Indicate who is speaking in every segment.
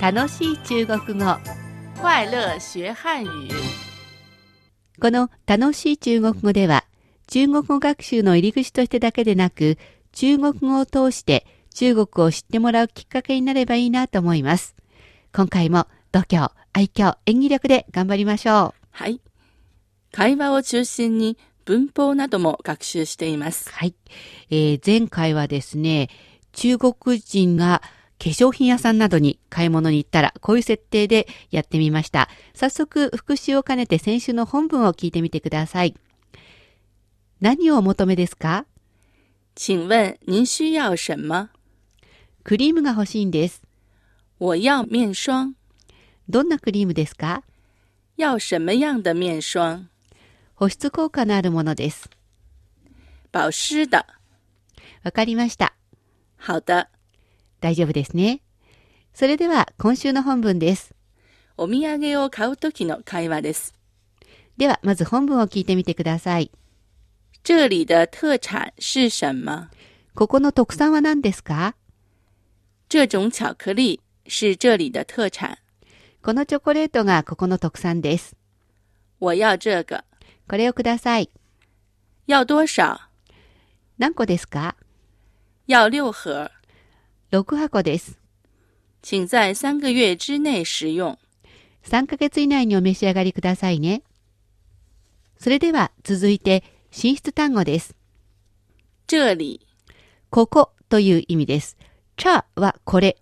Speaker 1: 楽しい中国語
Speaker 2: 快乐学汉语。
Speaker 1: この楽しい中国語では中国語学習の入り口としてだけでなく中国語を通して中国を知ってもらうきっかけになればいいなと思います。今回も度胸、愛嬌、演技力で頑張りましょ
Speaker 2: はい。会話を中心に文法なども学習していま
Speaker 1: う。
Speaker 2: す。
Speaker 1: はい。えー前回はですね、中国人が化粧品屋さんなどに買い物に行ったらこういう設定でやってみました。早速復習を兼ねて先週の本文を聞いてみてください。何をお求めですか
Speaker 2: 请问您需要什么？
Speaker 1: クリームが欲しいんです。
Speaker 2: 我要面霜。
Speaker 1: どんなクリームですか
Speaker 2: 要什么样的面霜？
Speaker 1: 保湿効果のあるものです。
Speaker 2: 保湿的。
Speaker 1: わかりました。
Speaker 2: 好的。
Speaker 1: 大丈夫ですね。それでは今週の本文です。
Speaker 2: お土産を買う時の会話です。
Speaker 1: ではまず本文を聞いてみてください。
Speaker 2: 这里的特产是什么？
Speaker 1: ここの特産は何ですか
Speaker 2: 这种巧克力是这里的特产。
Speaker 1: このチョコレートがここの特産です。
Speaker 2: 我要这个。
Speaker 1: これをください。
Speaker 2: 要多少？
Speaker 1: 何個ですか
Speaker 2: 要六盒。
Speaker 1: ?6 箱です。
Speaker 2: 请在三个月之内食用。
Speaker 1: 3ヶ月以内にお召し上がりくださいね。それでは続いて進出単語です。
Speaker 2: 这里
Speaker 1: ここという意味です。チャはこれ、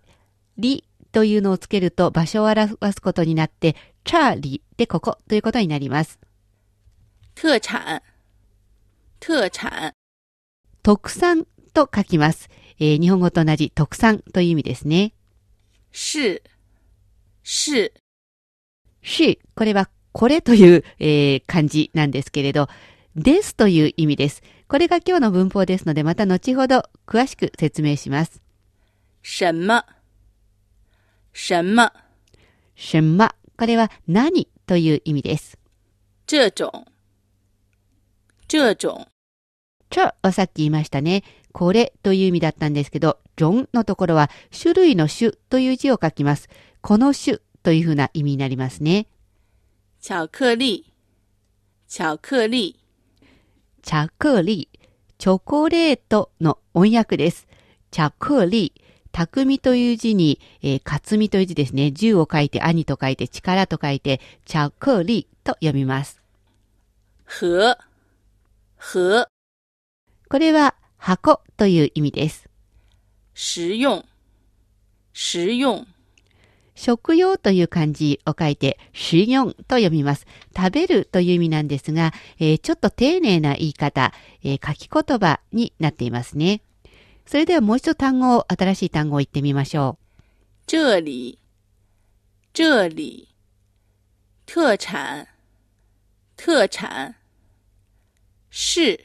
Speaker 1: リというのをつけると場所を表すことになって、チャーリでここということになります。
Speaker 2: 特产，特产
Speaker 1: 特産と書きます。えー日本語と同じ特産という意味ですね。
Speaker 2: 是是
Speaker 1: し、これはこれという、えー漢字なんですけれど、ですという意味です。これが今日の文法ですので、また後ほど詳しく説明します。
Speaker 2: 什么什么
Speaker 1: しんま、これは何という意味です。
Speaker 2: 这种这种
Speaker 1: ちょはさっき言いましたね。これという意味だったんですけど、ジョンのところは種類の種という字を書きます。この種というふうな意味になりますね。
Speaker 2: 巧克力巧克力
Speaker 1: チャクリー、チョコレートの音訳です。チャクリー、匠という字に、えー、かつみという字ですね。銃を書いて、兄と書いて、力と書いて、チャクリーと読みます。
Speaker 2: 盒盒
Speaker 1: これは箱という意味です。
Speaker 2: 食用食用
Speaker 1: 食用という漢字を書いて、食用と読みます。食べるという意味なんですが、えーちょっと丁寧な言い方、えー書き言葉になっていますね。それではもう一度単語を、新しい単語を言ってみましょう。
Speaker 2: 这里这里特产特产是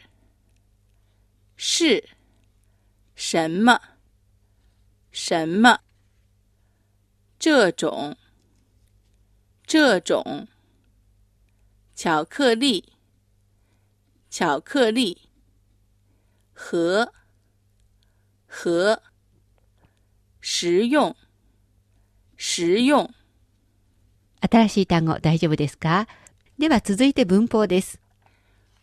Speaker 2: 是什么什么这种这种巧克力巧克力和和食用。食用。
Speaker 1: 新しい単語大丈夫ですかでは続いて文法です。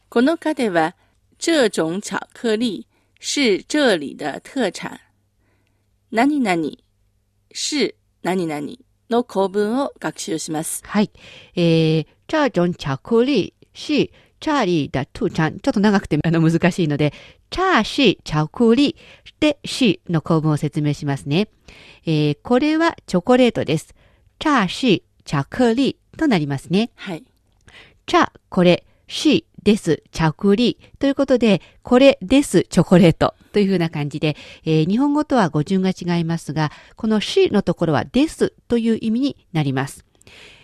Speaker 2: この課では、这种巧克力是这里的特产。何々是何々の構文を学習します。
Speaker 1: はい。えー、チャージョンチャクリーし、チャーリーだトゥーちゃん。ちょっと長くてあの難しいので、チャーシーチャクリーでしの構文を説明しますね。えー、これはチョコレートです。チャーシーチャクリーとなりますね。
Speaker 2: はい。
Speaker 1: チャ、これ、し、です、チャクリーということで、これです、チョコレートというふうな感じで、えー日本語とは語順が違いますが、このしのところはですという意味になります。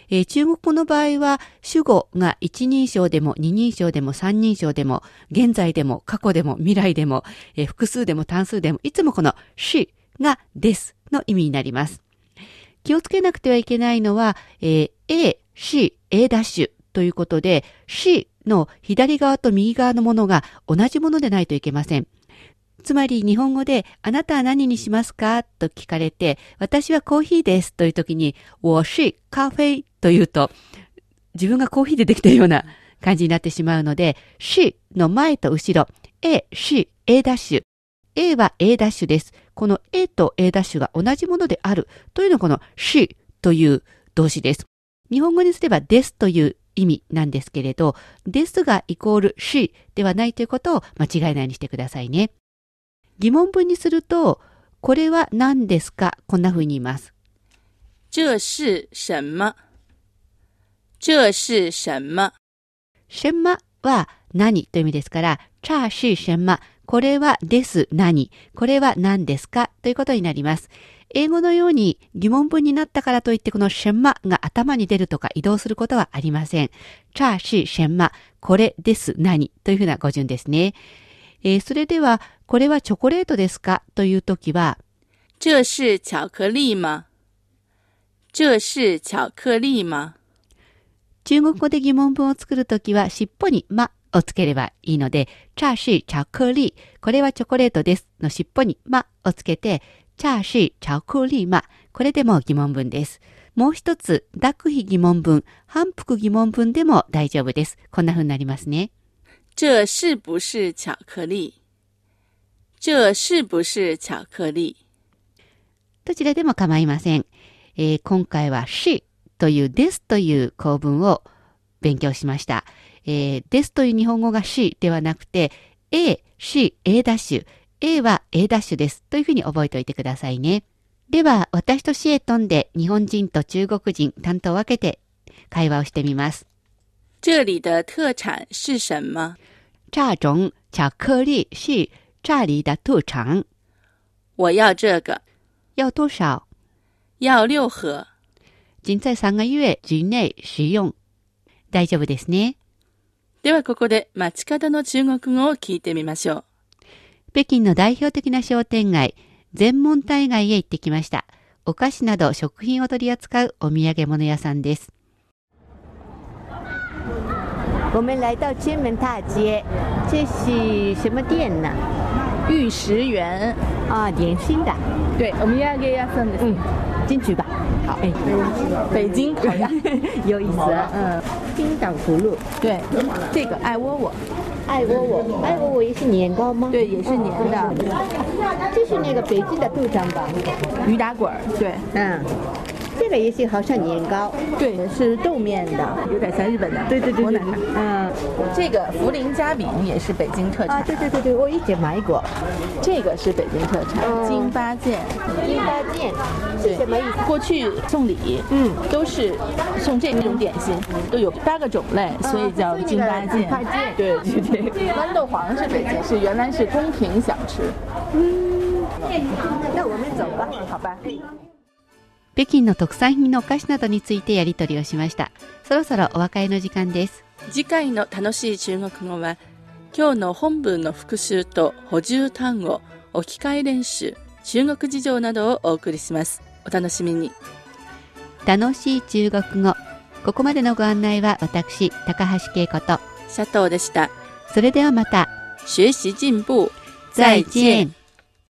Speaker 1: えー中国語の場合は、主語が一人称でも二人称でも三人称でも、現在でも過去でも未来でも、えー複数でも単数でも、いつもこのしがですの意味になります。気をつけなくてはいけないのは、えー A、C、A ダッシュということで、C の左側と右側のものが同じものでないといけません。つまり日本語で、あなたは何にしますかと聞かれて、私はコーヒーですという時に、我是咖啡と言うと、自分がコーヒーでできているような感じになってしまうので、しの前と後ろ、A、し A ダッシュ。A は A ダッシュです。この A と A ダッシュが同じものであるというのがこのしという動詞です。日本語にすればですという意味なんですけれど、ですがイコールしではないということを間違いないにしてくださいね。疑問文にすると、これは何ですかこんな風に言います。
Speaker 2: 这是什么这是什么
Speaker 1: 什么は何という意味ですから、チャーシー什么これはです何これは何ですかということになります。英語のように疑問文になったからといってこのシェンマが頭に出るとか移動することはありません。チャーシーシェンマ、これです何というふうな語順ですね。えー、それでは、これはチョコレートですかというときは、
Speaker 2: 这是巧克力吗这是巧克力吗
Speaker 1: 中国語で疑問文を作るときは、尻尾にまをつければいいので、チャーシーチャクリー、これはチョコレートですの尻尾にまをつけて、チャーシーチャクリーま、これでも疑問文です。もう一つ、濁皮疑問文、反復疑問文でも大丈夫です。こんな風になりますね。
Speaker 2: 这是不是巧克力这是不是巧克力
Speaker 1: どちらでも構いません。えー、今回はしというですという構文を勉強しました。えー、ですという日本語が C ではなくて A、C、A ダッシュ。A は A ダッシュですというふうに覚えておいてくださいね。では、私と市へ飛んで日本人と中国人担当を分けて会話をしてみます。
Speaker 2: 这里的特产是什么
Speaker 1: 这种巧克力是这里的特产。
Speaker 2: 我要这个。
Speaker 1: 要多少
Speaker 2: 要六盒。
Speaker 1: 仅在三个月之内使用。大丈夫ですね。
Speaker 2: ではここで街角の中国語を聞いてみましょう。
Speaker 1: 北京の代表的な商店街、全門大街へ行ってきました。お菓子など食品を取り扱うお土産物屋さんです。
Speaker 3: 我们来到金门大街，
Speaker 1: 这是什么店呢？
Speaker 3: 玉石园
Speaker 1: 啊，点心的。
Speaker 3: 对，お土産屋さんです。
Speaker 1: 嗯，进去吧。好，哎，
Speaker 3: 北京烤鸭
Speaker 1: 有意思。嗯，冰岛葫芦。
Speaker 3: 啊对，这个爱窝窝，
Speaker 1: 爱窝窝，爱窝窝也是年糕吗？啊
Speaker 3: 对，也是年的。
Speaker 1: 这是那个北京的豆浆吧？
Speaker 3: 驴打滚儿。对，
Speaker 1: 嗯。这个也是好像年糕，
Speaker 3: 对，是豆面的，有点像日本的。
Speaker 1: 对对对对，
Speaker 3: 嗯，这个涪陵夹饼也是北京特产。
Speaker 1: 啊，对对对对，我以前买过。
Speaker 3: 这个是北京特产，京八件。
Speaker 1: 京八件是什么意思？
Speaker 3: 过去送礼，嗯，都是送这种点心，都有八个种类，所以叫京八件。对对对，豌豆黄是北京，是原来是宫廷小吃。
Speaker 1: 嗯，那我们走吧，
Speaker 3: 好吧。
Speaker 1: 北京の特産品のお菓子などについてやり取りをしましたそろそろお別れの時間です
Speaker 2: 次回の楽しい中国語は今日の本文の復習と補充単語置き換え練習中国事情などをお送りしますお楽しみに
Speaker 1: 楽しい中国語ここまでのご案内は私高橋恵子と
Speaker 2: 佐藤でした
Speaker 1: それではまた
Speaker 2: 学習進步
Speaker 1: 再见